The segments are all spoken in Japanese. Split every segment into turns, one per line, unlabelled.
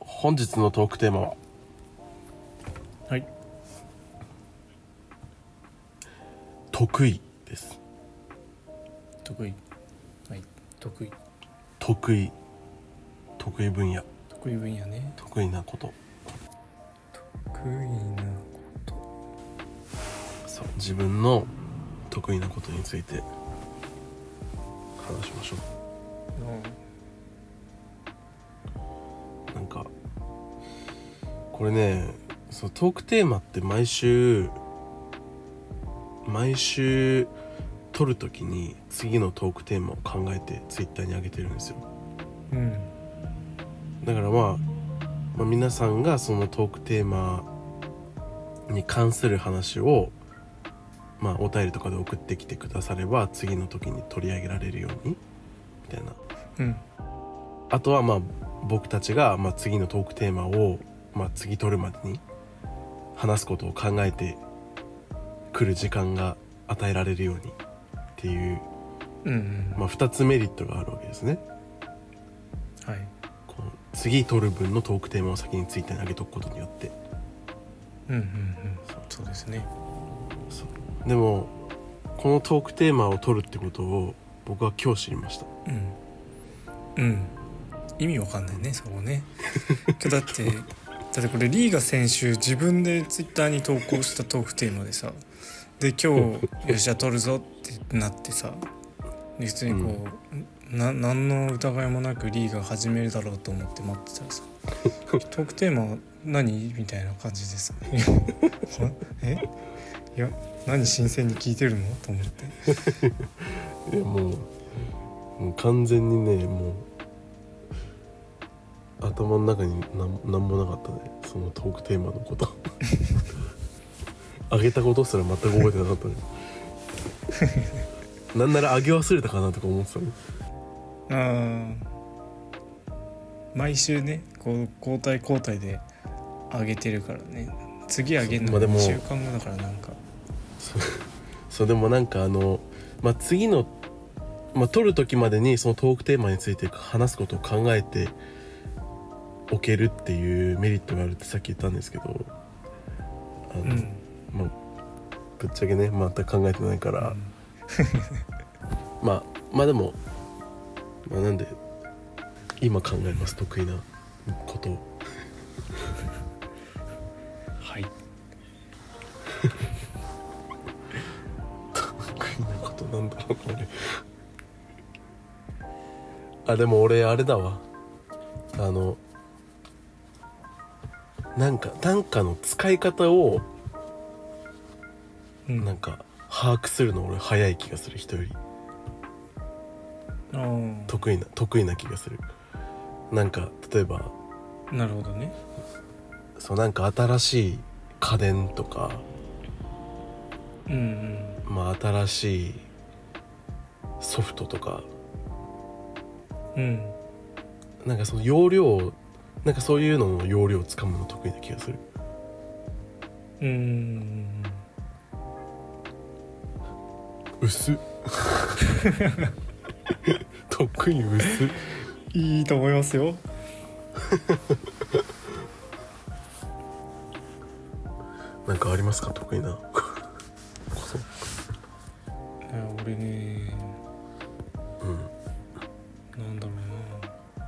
本日のトークテーマは
はい
得意です
得意はい得意
得意得意分野
得意分野ね
得意なこと
得意な
そう自分の得意なことについて話しましょうなんかこれねそうトークテーマって毎週毎週撮るときに次のトークテーマを考えてツイッターに上げてるんですよ
うんうん
だからまあ、まあ皆さんがそのトークテーマに関する話を、まあ、お便りとかで送ってきてくだされば次の時に取り上げられるようにみたいな
うん
あとはまあ僕たちがまあ次のトークテーマを、まあ、次取るまでに話すことを考えてくる時間が与えられるようにっていう、
うんうん
まあ、2つメリットがあるわけですね
はい
この次取る分のトークテーマを先にツイッターに上げとくことによって
うんうんうんそうですね
そうでもこのトークテーマを取るってことを僕は今日知りました
うんうん意味わかんないねそこね今日だって だってこれリーが先週自分でツイッターに投稿したトークテーマでさで 今日よしじゃあ撮るぞってなってさで普通にこう、な何の疑いもなくリーが始めるだろうと思って待ってた らさトークテーマ何みたいな感じでさ 「はえいや何新鮮に聞いてるの?」と思って
いやもうもう完全にねもう頭の中になんなんもなかったねそのトークテーマのこと あげたことすら全く覚えてなかったね なんならあげ忘れたかなとか思ってたね
あー毎週ねこう交代交代で上げてるからね次上げる
まあ
の
で
が
も
2週間後だからなんか、
そうでもなんかあの、まあ、次の、まあ、撮る時までにそのトークテーマについて話すことを考えておけるっていうメリットがあるってさっき言ったんですけどあの、
うん
まあ、ぶっちゃけね全く考えてないから、 まあまあでも、まあ、なんで今考えます得意なことを
はい
得意なことなんだろうこれあでも俺あれだわあのなんか短歌の使い方を
うん
なんか把握するの俺早い気がする人より
あー
得意な得意な気がするなんか例えば
なるほどね
そうなんか新しい家電とか
うんうん
まあ新しいソフトとか
うん
なんかその容量をなんかそういうのの容量をつかむの得意な気がする
うんうん
薄得意薄
いいと思いますよ
なんかありますか得意なこと
いや俺ね
うん
なんだろうな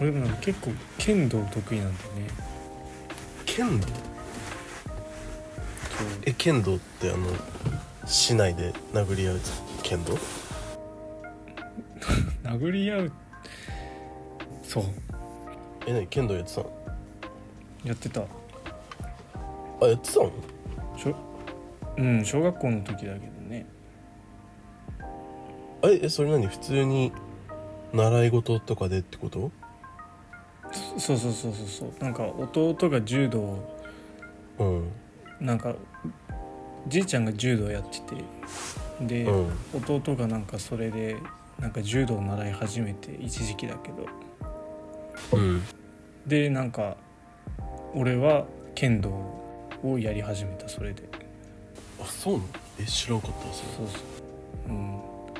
俺でもなんか結構剣道得意なんだよね
剣道
そう
え剣道ってあの市内で殴り合う剣道
殴り合うそう
え何剣道やってたの
やってた
あやってたの
しょうん小学校の時だけどね
あええそれ何普通に習い事とかでってこと
そそうそうそうそうそうなんか弟が柔道
うん
なんかじいちゃんが柔道やっててで、
うん
弟がなんかそれでなんか柔道を習い始めて一時期だけど
うん
でなんか俺は剣道をやり始めたそれで
あそうなのえ知らんかったそれ
そうそううんも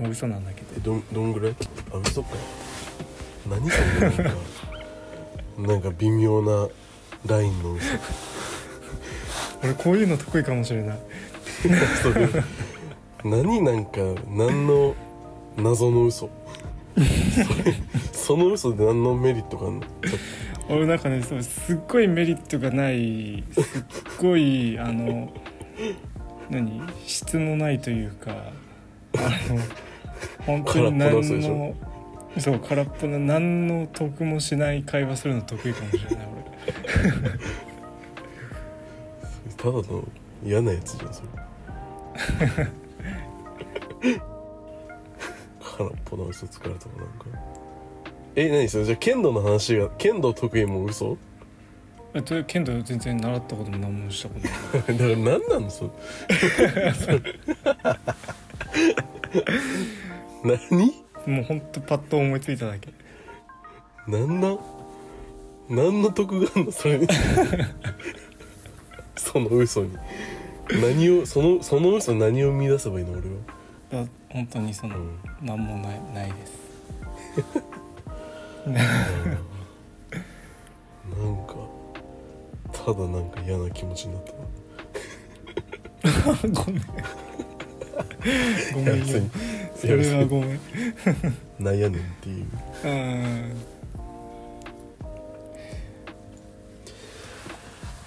う嘘なんだけ
え
ど
どんどんぐらいあ嘘か何それなんか なんか微妙なラインの嘘
俺こういうの得意かもしれない
それ何なんか何の謎の嘘それその嘘で何のメリットがあんの
俺なんかねそうすっごいメリットがないすっご いあの何質のないというかあの本
空
当に
っぽな嘘
何
でし
の
ょ
そう空っぽな何の得もしない会話するの得意かもしれない
ただの嫌なやつじゃんそれ空っぽな嘘つかれたもなんかえ何それじゃあ剣道の話が剣道得意も嘘
俺えと剣道全然習ったことも何もしたことな
だか
い
ら何なのそれ何
もうほんとパッと思いついただけ
なんな何の得があ んのそれにその嘘に何をそのその嘘に何を見出せばいいの俺は
だ本当にその、
うん
何もないないです
なんかただなんか嫌な気持ちになったな
ごめんごめん
いや別
よ
に
それはごめん
なんやねんっていう
うん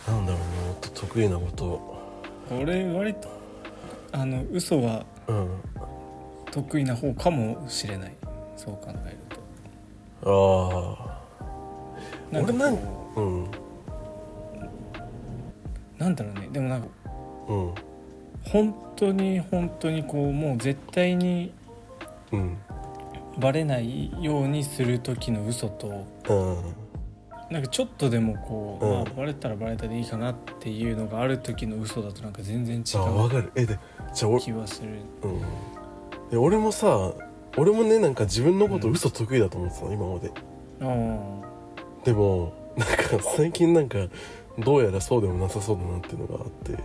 なんだろうなもっと得意なこと
俺割とあの嘘は
うん
得意な方かもしれないそう考えると
ああ
か
俺
こう
なんうん
なんだろうねでもなんか
うん
本当に本当にこうもう絶対に
うん
バレないようにする時の嘘と
うん
なんかちょっとでもこう、
うん
まあ、バレたらバレたでいいかなっていうのがある時の嘘だとなんか全然違
あわ
う
かるえでじゃあ俺
気はする
うん、で俺もさ俺もねなんか自分のこと嘘得意だと思ってたの、今まで
ああ
でもなんか最近なんかどうやらそうでもなさそうだなっていうのがあって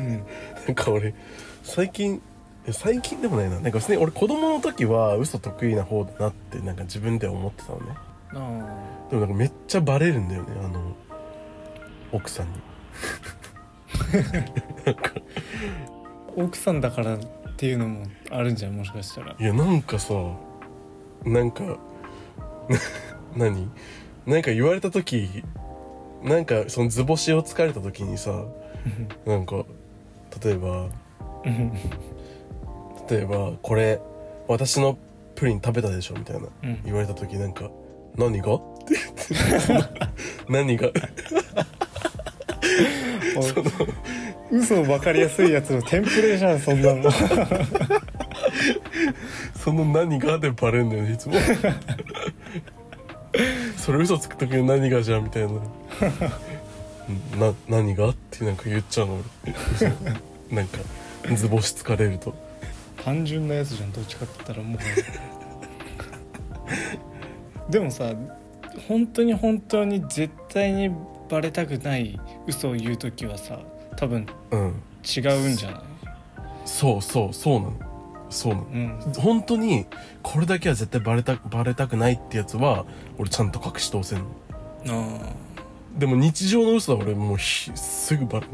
うん
なんか俺最近いや最近でもないななんか別に俺子供の時は嘘得意な方だなってなんか自分では思ってたのね
あ
でもなんかめっちゃバレるんだよねあの奥さんに
あ奥さんだからっていうのもあるんじゃんもしかしたら
いやなんかさなんか な何なんか言われた時なんかその図星をつかれた時にさなんか例えば
うん
例えば「これ私のプリン食べたでしょ」みたいな
うん
言われた時なんか「何が?」って言って 何が
嘘分かりやすいやつのテンプレじゃんそんなの
その何がでバレんだよねいつも それ嘘つく時の何がじゃんみたいな うんな何がってなんか言っちゃうの俺 嘘なんか図星つかれると
単純なやつじゃんどっちかって言ったらもうでもさ本当に本当に絶対にバレたくない嘘を言う時はさ多分
うん
違うんじゃない
そうそうそうなのそうなの
うん
本当にこれだけは絶対バレたバレたくないってやつは俺ちゃんと隠し通せんの
あ
でも日常の嘘は俺もうひすぐバ レる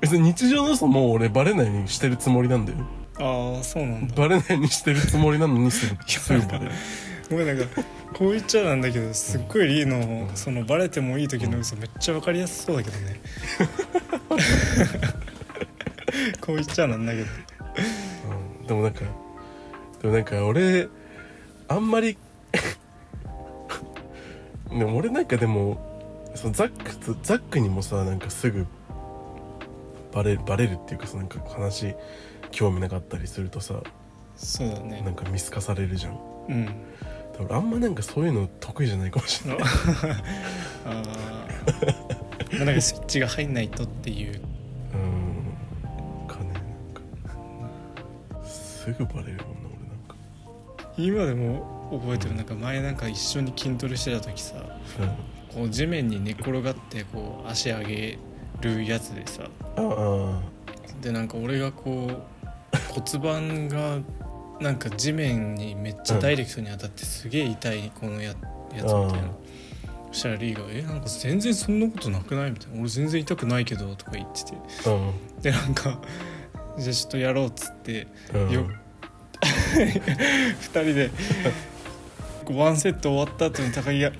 別に日常の嘘も俺バレないようにしてるつもりなんだよ
あーそうなんだ
バレないようにしてるつもりなのにすぐすぐバレる
ごめんなんかこう言っちゃなんだけどすっごいリーのそのバレてもいい時の嘘めっちゃ分かりやすそうだけどねこう言っちゃなんだけど
うんでもなんかでもなんか俺あんまりでも俺なんかでもそのザックとザックにもさなんかすぐバレるバレるっていうかさなんか話興味なかったりするとさ
そうだ
なん
ね
か見透かされるじゃんだ
うん
から俺あんまなんかそういうの得意じゃないかもしれない
ああーまあなんかスイッチが入んないとっていう
うんかねなんかすぐバレるもんな俺なんか
今でも覚えてるなんか前なんか一緒に筋トレしてた時さ
うん
こう地面に寝転がってこう足上げるやつでさ
ああ
でなんか俺がこう骨盤がなんか地面にめっちゃダイレクトに当たってすげえ痛いこのやや
う
つみたい
ん
なそしたらリーが「えなんか全然そんなことなくない?」みたいな「俺全然痛くないけど」とか言ってて
うん
でなんか「じゃあちょっとやろう」っつって
うん
よ2人でこうワンセット終わった後に高木が「いっ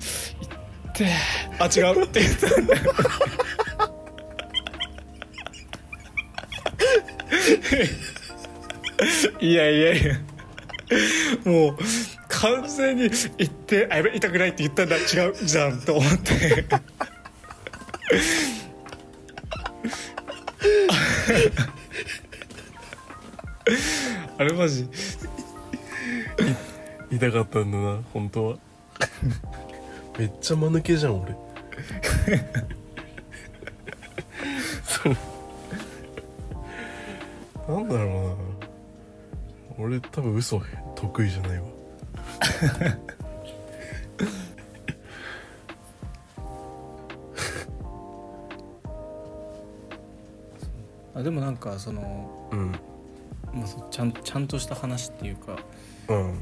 てえあ違う」って言ったんだよいやいやいやもう完全に「いってあやべ痛くない」って言ったんだ違うじゃんと思って。 あれマジ
痛かったんだな本当はめっちゃ間抜けじゃん俺そうなんだろうな俺多分嘘得意じゃないわ
あでもなんかその、
うん
まあ、そちゃんちゃんとした話っていうか
うん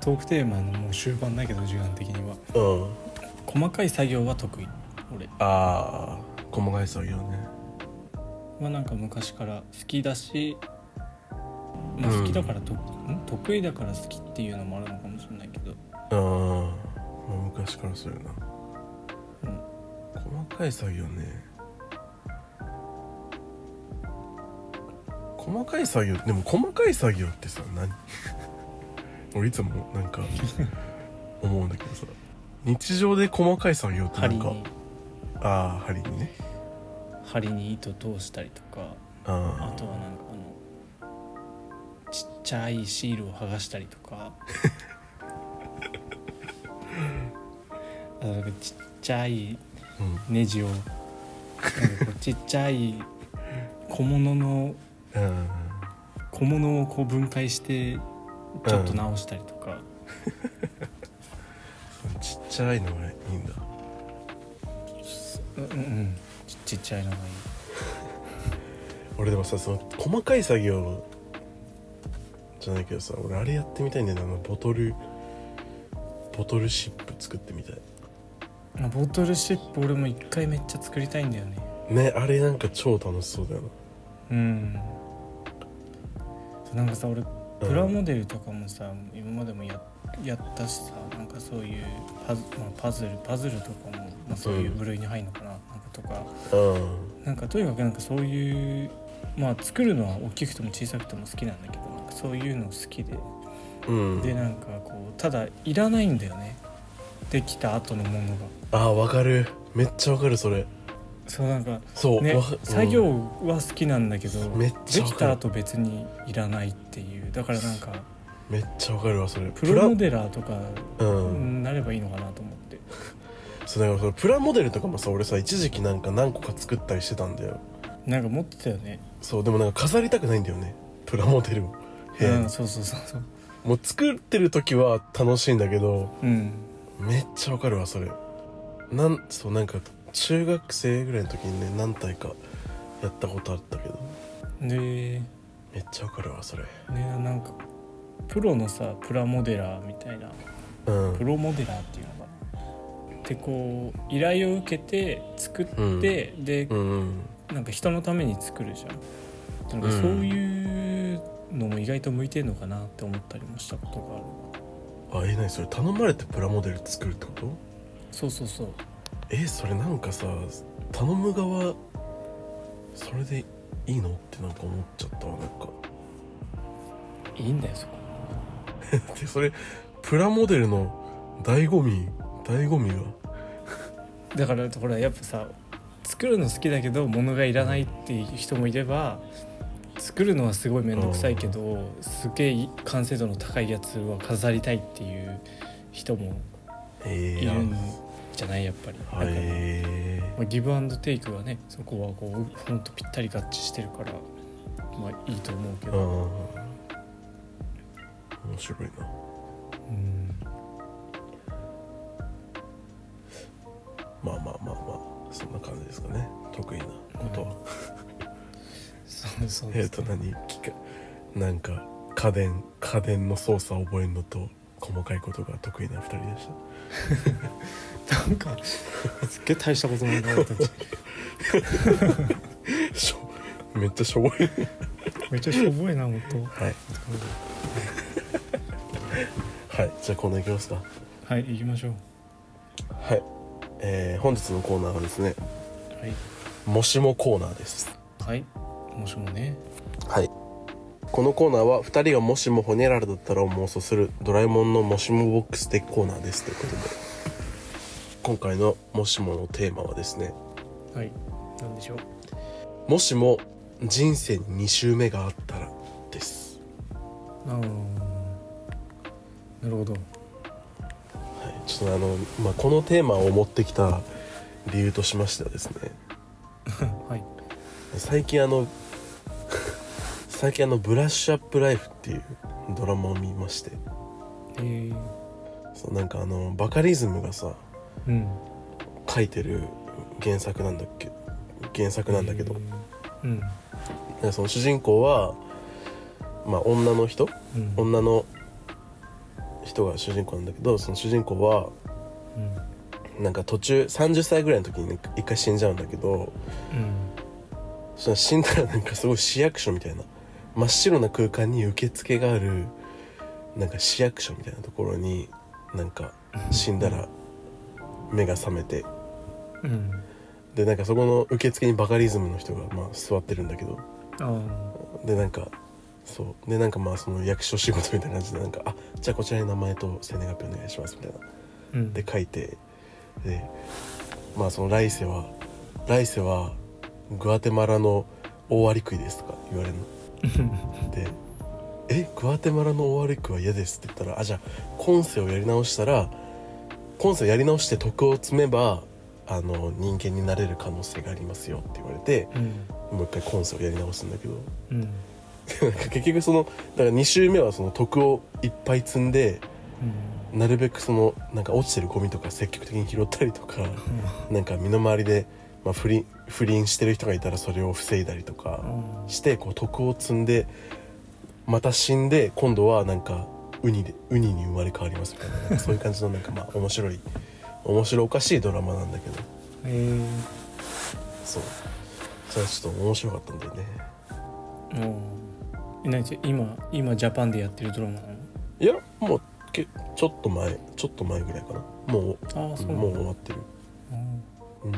トークテーマのもう終盤だけど時間的には
うん
細かい作業は得意俺
あー細かい作業ね
はなんか昔から好きだし、まあ、
うん
好きだからと、ん得意だから好きっていうのもあるのかもしれないけど
あーまあ昔からそうやな、
うん
細かい作業ね細かい作業でも細かい作業ってさ何 俺いつもなんか思うんだけどさ日常で細かい作業ってな
針
んか
に
ああ針にね
針に糸通したりとかあ
あ
とはなんかあのちっちゃいシールを剥がしたりとかあとなんかちっちゃい
あうん
ネジをなんかこうちっちゃい小物の
うん
小物をこう分解してちょっと直したりとか、
そうちっちゃいのがいいんだ
うん、うんうんちちっちゃいのがいい
俺でもさその細かい作業じゃないけどさ俺あれやってみたいんだよなあのボトルボトルシップ作ってみたい
あボトルシップ俺も一回めっちゃ作りたいんだよね
ねあれなんか超楽しそうだよな
うんなんかさ俺
うん
プラモデルとかもさ今までもややったしさなんかそういうパズ,、まあ、パズルパズルとかも、まあ、そういう部類に入るのかな,、なんかとか
うん
なんかとにかくなんかそういうまあ作るのは大きくても小さくても好きなんだけどなんかそういうの好きで
うん
でなんかこうただいらないんだよねできた後のものが
あーわかるめっちゃわかるそれ
そうなんか
そう、
ね
わか
作業は好きなんだけど、
め
で
っちゃわ
き
か
た
る
後別にいらないっていうだからなんか
めっちゃわかるわそれ
プロモデラーとか
プラうん、
なればいいのかなと思って
そうだからそのプラモデルとかもさ俺さ一時期なんか何個か作ったりしてたんだよ
なんか持ってたよね
そうでもなんか飾りたくないんだよねプラモデルを部屋
う
に
んそうそうそうそう
もう作ってる時は楽しいんだけど
うん
めっちゃわかるわそれなんそうなんか中学生ぐらいの時にね何体かやったことあったけど
でね
めっちゃわかるわそれ
なんかプロのさプラモデラーみたいな
うん
プロモデラーっていうのがでこう依頼を受けて作って、
うん
で
うんうん
なんか人のために作るじゃんなんかそういうのも意外と向いてんのかなって思ったりもしたことがある
あえ何それ頼まれてプラモデル作るってこと
そうそうそう
えそれなんかさ頼む側それでいいのってなんか思っちゃったわなんか
いいんだよそこ
でそれプラモデルの醍醐味醍醐味が
だからほらやっぱさ作るの好きだけど物がいらないっていう人もいれば作るのはすごい面倒くさいけどすげえ完成度の高いやつは飾りたいっていう人も
え
い
え
る
や
んじゃないやっぱり。
は
だから
え
まあ、ギブアンドテイクはねそこはこうほんとぴったり合致してるからまあいいと思うけ
あ
ど、
面白いな
うん
まあまあまあまあそんな感じですかね得意なことは、
そうそう
え
で
っ、
す
と何機械なんか家電家電の操作を覚えるのと細かいことが得意な2人でした
なんかすっげえ大したことないな俺たち
しょめっちゃしょぼい
めっちゃしょぼいな本当
はいはいじゃあコーナーいきますか
はい行きましょう
はいえー本日のコーナーはですね
はい
もしもコーナーです
はいもしもね
はいこのコーナーは2人がもしもホニャララだったらを妄想するドラえもんのもしもボックスでコーナーですということで今回のもしものテーマはですね
はいなんでしょう
もしも人生に2周目があったらです
あーなるほど
はいちょっとねあの、まあ、このテーマを持ってきた理由としましてはですね
はい
最近あの 最近あの「ブラッシュアップライフ」っていうドラマを見まして
えー、
そうなんかあのバカリズムがさ
うん
書いてる原作なんだっけ原作なんだけど、
えーうん
でその主人公は、まあ、女の人
うん
女の人が主人公なんだけどその主人公は
うん
なんか途中30歳ぐらいの時にね一回死んじゃうんだけどその死んだらなんかすごい市役所みたいな真っ白な空間に受付があるなんか市役所みたいなところになんか死んだら目が覚めて
うんうん
でなんかそこの受付にバカリズムの人がまあ座ってるんだけど
ああ
でなんかそうでなんかまあその役所仕事みたいな感じでなんか「あじゃあこちらに名前と生年月日お願いします」みたいな
うん
で書いてでまあその来世は「来世はグアテマラの大アリクイです」とか言われるの。で「えグアテマラの大アリクイは嫌です」って言ったら「あじゃあ今世をやり直したら今世をやり直して徳を積めばあの人間になれる可能性がありますよ」って言われて
うん
もう一回今世をやり直すんだけど。
うん
でなんか結局そのだから2周目はその徳をいっぱい積んでなるべくそのなんか落ちてるゴミとか積極的に拾ったりとかなんか身の回りで、まあ、不倫不倫してる人がいたらそれを防いだりとかしてこう徳を積んでまた死んで今度はなんかウニでウニに生まれ変わりますみたいななんかそういう感じのなんかまあ面白い面白おかしいドラマなんだけど
えー
そうそれはちょっと面白かったんだよね
もう何じゃ今今ジャパンでやってるドラマなの
いやもうけちょっと前ちょっと前ぐらいかなもう
ああそうなんだ
もう終わってる、
うん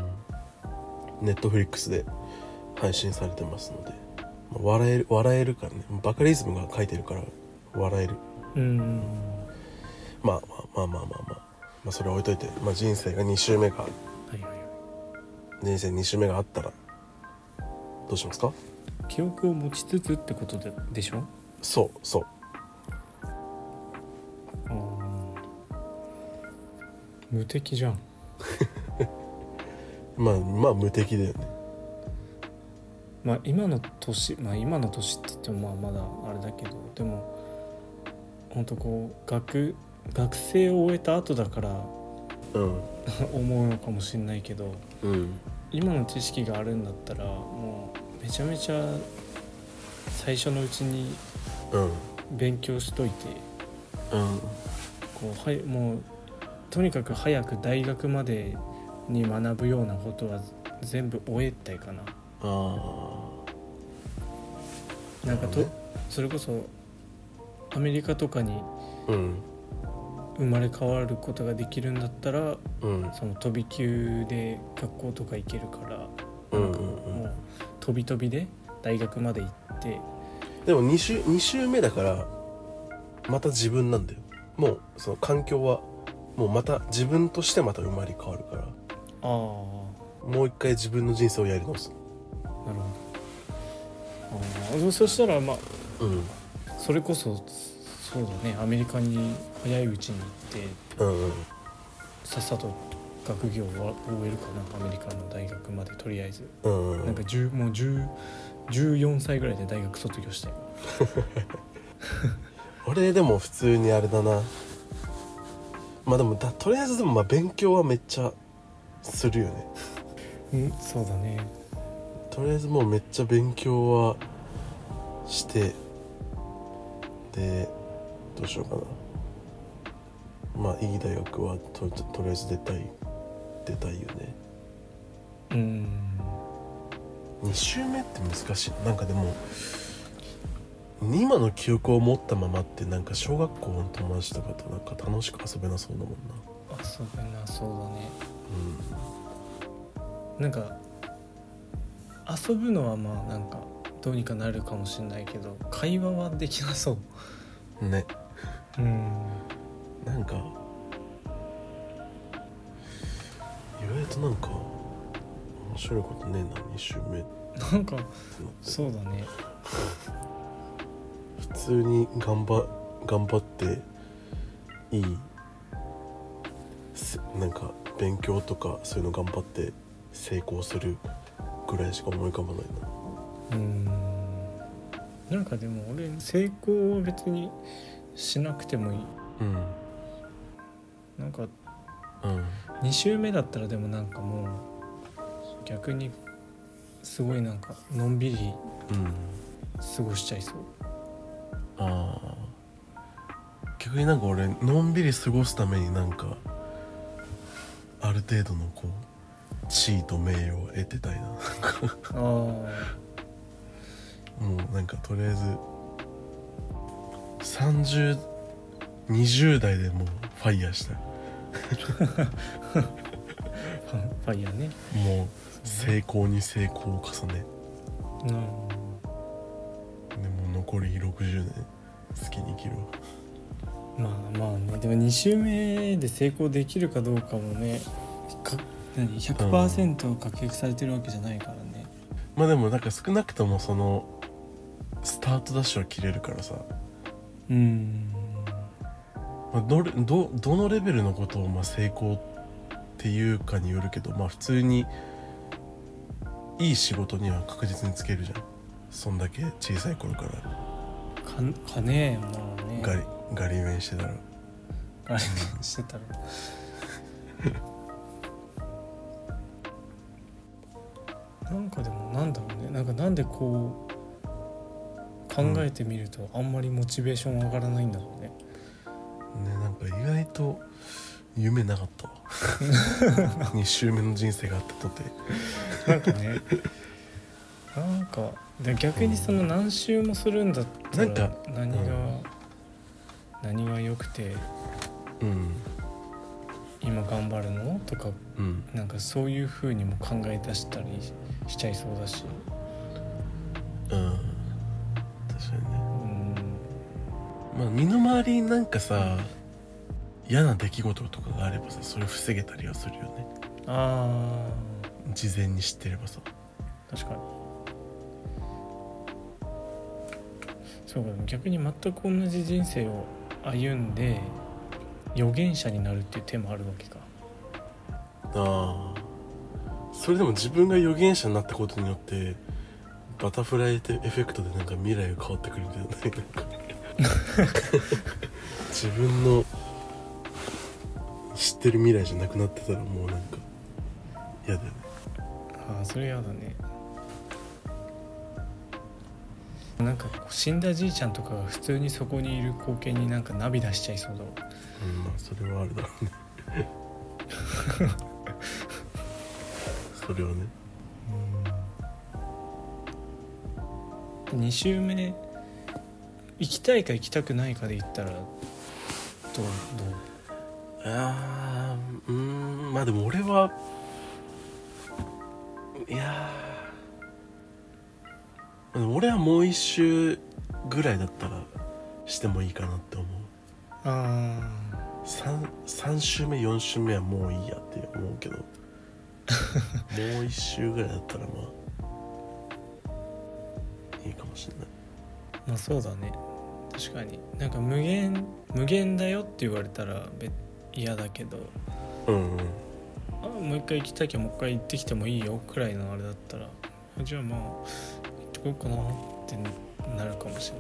ネットフリックスで配信されてますのでまあ笑える笑えるからねバカリズムが書いてるから笑える
うん
まあまあまあまあまあまあ、まあ、それは置いといて、まあ、人生が2周目が
はいはいはい
人生2周目があったらどうしますか
記憶を持ちつつってことででしょ
そうそう
無敵じゃん
まあまあ無敵だよね
まあ今の年まあ今の年って言ってもまあまだあれだけどでも本当こう学学生を終えた後だから
うん
思うのかもしれないけど
うん
今の知識があるんだったらもうめちゃめちゃ最初のうちに
うん
勉強しといて
うん
こうはいもうとにかく早く大学までに学ぶようなことは全部終えたいかな
ああ
なん
なるほ
かと
どね
それこそアメリカとかに
うん
生まれ変わることができるんだったら
うん
その飛び級で学校とか行けるから、
うんう
も
ん
う飛び飛びで大学まで行って
でも2週 ,2 週目だからまた自分なんだよもうその環境はもうまた自分としてまた生まれ変わるから
ああ
もう一回自分の人生をやり直す
なるほどあーでもそしたらまあ
うん
それこそそうだねアメリカに早いうちに行って
うんうん
さっさと学業を終えるかなアメリカの大学までとりあえず
うんうん
なんか10もう10 14歳ぐらいで大学卒業したい
俺でも普通にあれだなまあでもだとりあえずでもまあ勉強はめっちゃするよね
うんそうだね
とりあえずもうめっちゃ勉強はしてでどうしようかなまあいい大学はととりあえず出たい出たいよね
うん
2周目って難しいなんかでも今の記憶を持ったままってなんか小学校の友達とかとなんか楽しく遊べなそうだもんな
あそうだなそうだね
うん
なんか遊ぶのはまあなんかどうにかなるかもしれないけど会話はできなそう
ね
うん
なんか意外となんか面白いことねえな2週目って
なんか
なって
そうだね
普通に頑張頑張っていいせなんか勉強とかそういうの頑張って成功するぐらいしか思い浮かばないな
うんなんかでも俺成功は別にしなくてもいいなんか
うんうん
2週目だったらでもなんかもう逆にすごいなんかのんびり
うん
過ごしちゃいそう
ああ逆になんか俺のんびり過ごすためになんかある程度のこう地位と名誉を得てたいな
あ
もうなんかとりあえず3020代でもうファイヤーしたい
あファ ファイヤーね
もう成功に成功を重ね
うん
でもう残り60年好きに生きるわ
まあまあねでも2週目で成功できるかどうかもねか何100%確約されてるわけじゃないからね
まあでもなんか少なくともそのスタートダッシュは切れるからさ、
うん
まあ、どれどどのレベルのことをまあ成功っていうかによるけどまあ普通にいい仕事には確実につけるじゃんそんだけ小さい頃から
かかねまあね
ガリガリ勉してたら
あれして たらなんかでもなんだろうねなんかなんでこう考えてみるとあんまりモチベーション上がらないんだろうね、
ねなんか意外と夢なかったわ2周目の人生があったとて
なんか ねなんかで逆にその何周もするんだった
なんから
何が、何が良くて
うん
今頑張るのとか
うん
なんかそういう風にも考え出したりしちゃいそうだし
うん確かにね
うん
まあ身の回りになんかさ嫌な出来事とかがあればさそれを防げたりはするよね
ああ
事前に知ってればさ
確かにそうか逆に全く同じ人生を歩んで預言者になるっていう手もあるわけか
ああそれでも自分が預言者になったことによってバタフライエフェクトでなんか未来が変わってくるみたいななんか自分の知ってる未来じゃなくなってたらもうなんか嫌だよね
ああそれやだねなんかこう死んだじいちゃんとかが普通にそこにいる光景になんか涙しちゃいそうだわ
うんまあそれはあるだろうねそれはね
2周目行きたいか行きたくないかで言ったらどうどう
あーうーんまあでも俺はいやーでも俺はもう一周ぐらいだったらしてもいいかなって思う
ああ
3, 3週目4週目はもういいやって思うけ どもう1週ぐらいだったらまあいいかもしれない
まあそうだね確かになんか無限無限だよって言われたらべ嫌だけど
うんうん
あもう一回行きたいけどもう一回行ってきてもいいよくらいのあれだったらあじゃあまあ行ってこようかなってなるかもしれ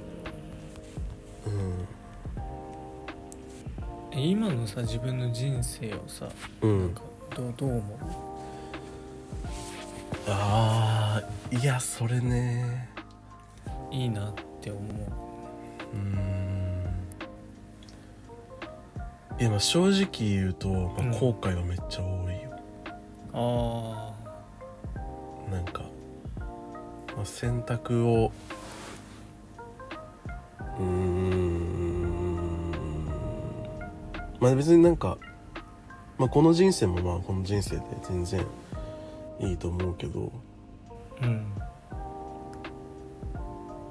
ないえ今のさ自分の人生をさ
うんう
なん
ん
かどうどう思
あーいやそれね
ういいなって思う
うーんいやまあ正直言うと、ま
うん
あ、後悔はめっちゃ多いよ、
あ
なんか、まあ、選択をうーんまあ別になんか、まあ、この人生もまあこの人生で全然いいと思うけど
あ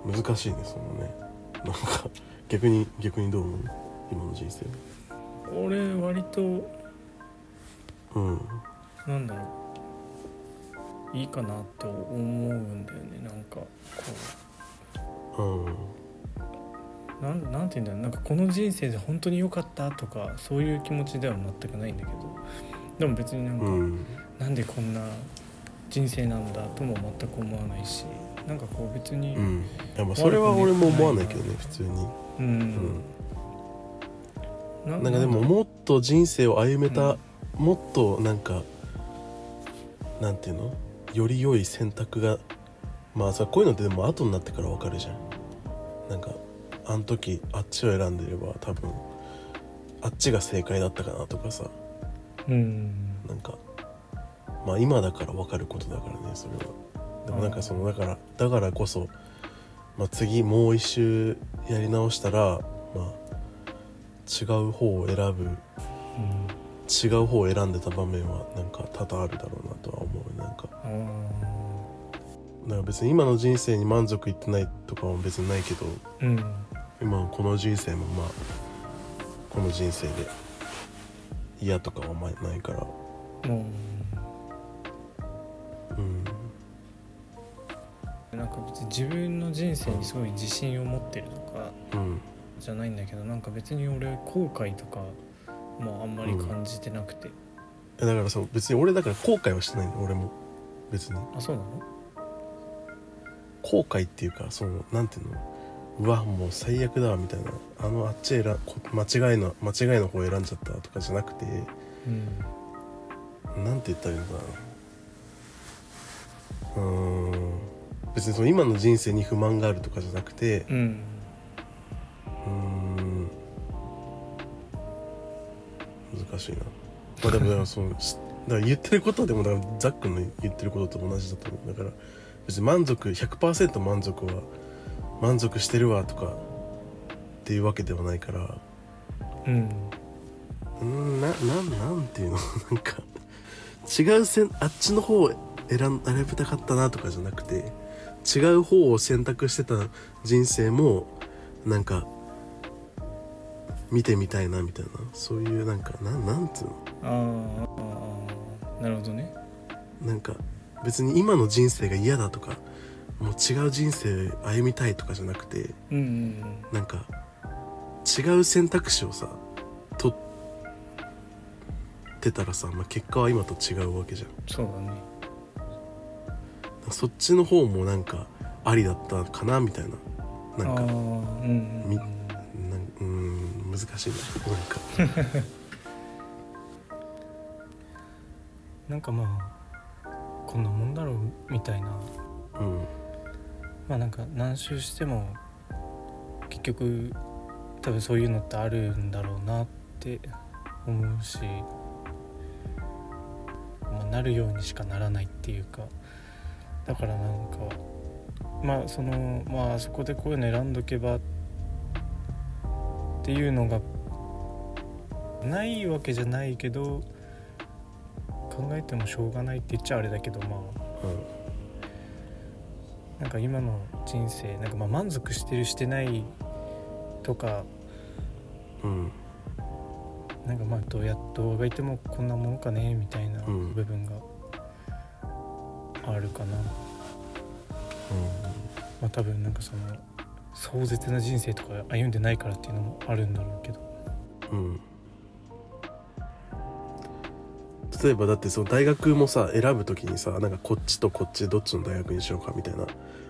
うん
難しいですもんねなんか逆に逆にどう思う今の人生
俺割と
うん
なんだろういいかなって思うんだよねなんかこ
うん
うなんなんて言うんだろうなんかこの人生で本当に良かったとかそういう気持ちでは全くないんだけどでも別になんか、
うん
なんでこんな人生なんだとも全く思わないしなんかこう別に、
うんいやまあそれは俺も思わないけどね普通に
う
うんんなんかでももっと人生を歩めた、もっとなんかなんていうのより良い選択がまあさこういうのってでも後になってから分かるじゃんなんかあの時あっちを選んでれば多分あっちが正解だったかなとかさ
うん
なんかまあ今だから分かることだからねそれはでもなんかそのだからだからこそ、まあ、次もう一周やり直したらまあ違う方を選ぶ
うん
違う方を選んでた場面はなんか多々あるだろうなとは思うなんか
あー
なんか別に今の人生に満足いってないとかは別にないけど
うん
今のこの人生もまあこの人生で嫌とかはあんまりないから
も
うん
うなんか別に自分の人生にすごい自信を持ってるとか
うん
じゃないんだけどなんか別に俺後悔とかもあんまり感じてなくて、
えだからそう別に俺だから後悔はしてないの俺も別に
あそうなの
後悔っていうかそのなんていうのうわもう最悪だわみたいなあのあっち選こ間違いの間違いの方選んじゃったとかじゃなくて
うん
なんて言ったらいいのかなうーん別にその今の人生に不満があるとかじゃなくて
うん
うーん難しいなまあでもだからそのしだから言ってることはでもだからザックの言ってることと同じだと思うだから別に満足100%満足は満足してるわとかっていうわけではないから
うん
うーんななんなんていうの なんか違う線あっちの方を選ん選びたかったなとかじゃなくて違う方を選択してた人生もなんか見てみたいなみたいなそういうなんかなんなんていうの
あーあーなるほどね
なんか別に今の人生が嫌だとかもう違う人生歩みたいとかじゃなくて
うんうん
なんか違う選択肢をさ取ってたらさ、まあ、結果は今と違うわけじゃん
そうだね
そっちの方もなんかありだったかなみたいななんか
ああ
な
うんうんう
み
ん
んうーん難しいななんか
なんかまあこんなもんだろうみたいな
うん
まあなんか何周しても結局多分そういうのってあるんだろうなって思うし、まあ、なるようにしかならないっていうかだからなんかまあそのまああそこでこういうの選んどけばっていうのがないわけじゃないけど考えてもしょうがないって言っちゃあれだけどまあなんか今の人生なんかまあ満足してるしてないとか
うんうん
なんかまあどうや動画いてもこんなものかねみたいな
うん
部分があるかな、まあ多分なんかその壮絶な人生とか歩んでないからっていうのもあるんだろうけど
うんうん例えばだってその大学もさ選ぶ時にさなんかこっちとこっちどっちの大学にしようかみたいな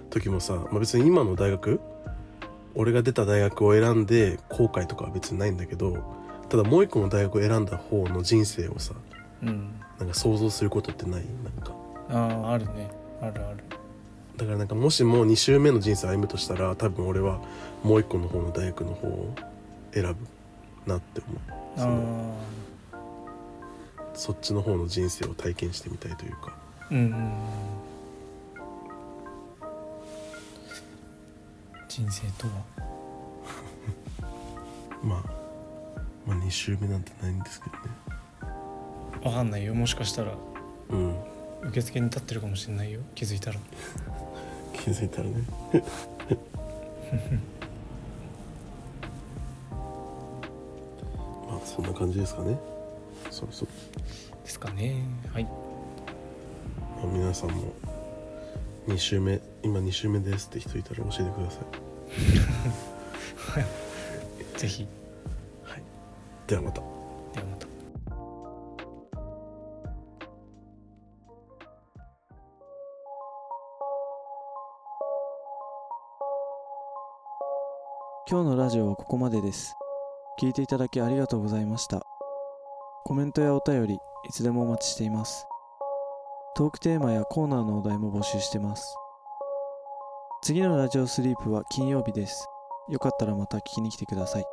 時もさ、まあ、別に今の大学俺が出た大学を選んで後悔とかは別にないんだけどただもう一個の大学を選んだ方の人生をさ
うん
なんか想像することってないなんか
あああるねあるある
だからなんかもしも2周目の人生歩むとしたら多分俺はもう一個の方の大学の方を選ぶなって思うその
あ
そっちの方の人生を体験してみたいというか
あうんうんうん人生とは
まあまあ2周目なんてないんですけどね
わかんないよもしかしたら
うん
受付に立ってるかもしれないよ気づいたら
気づいたらね まあそんな感じですかねそうそう
ですかねはい
まあ皆さんも2周目今2周目ですって人いたら教えてください
ぜひ
ではまた
ではまた
今日のラジオはここまでです聞いていただきありがとうございましたコメントやお便りいつでもお待ちしていますトークテーマやコーナーのお題も募集してます次のラジオスリープは金曜日ですよかったらまた聞きに来てください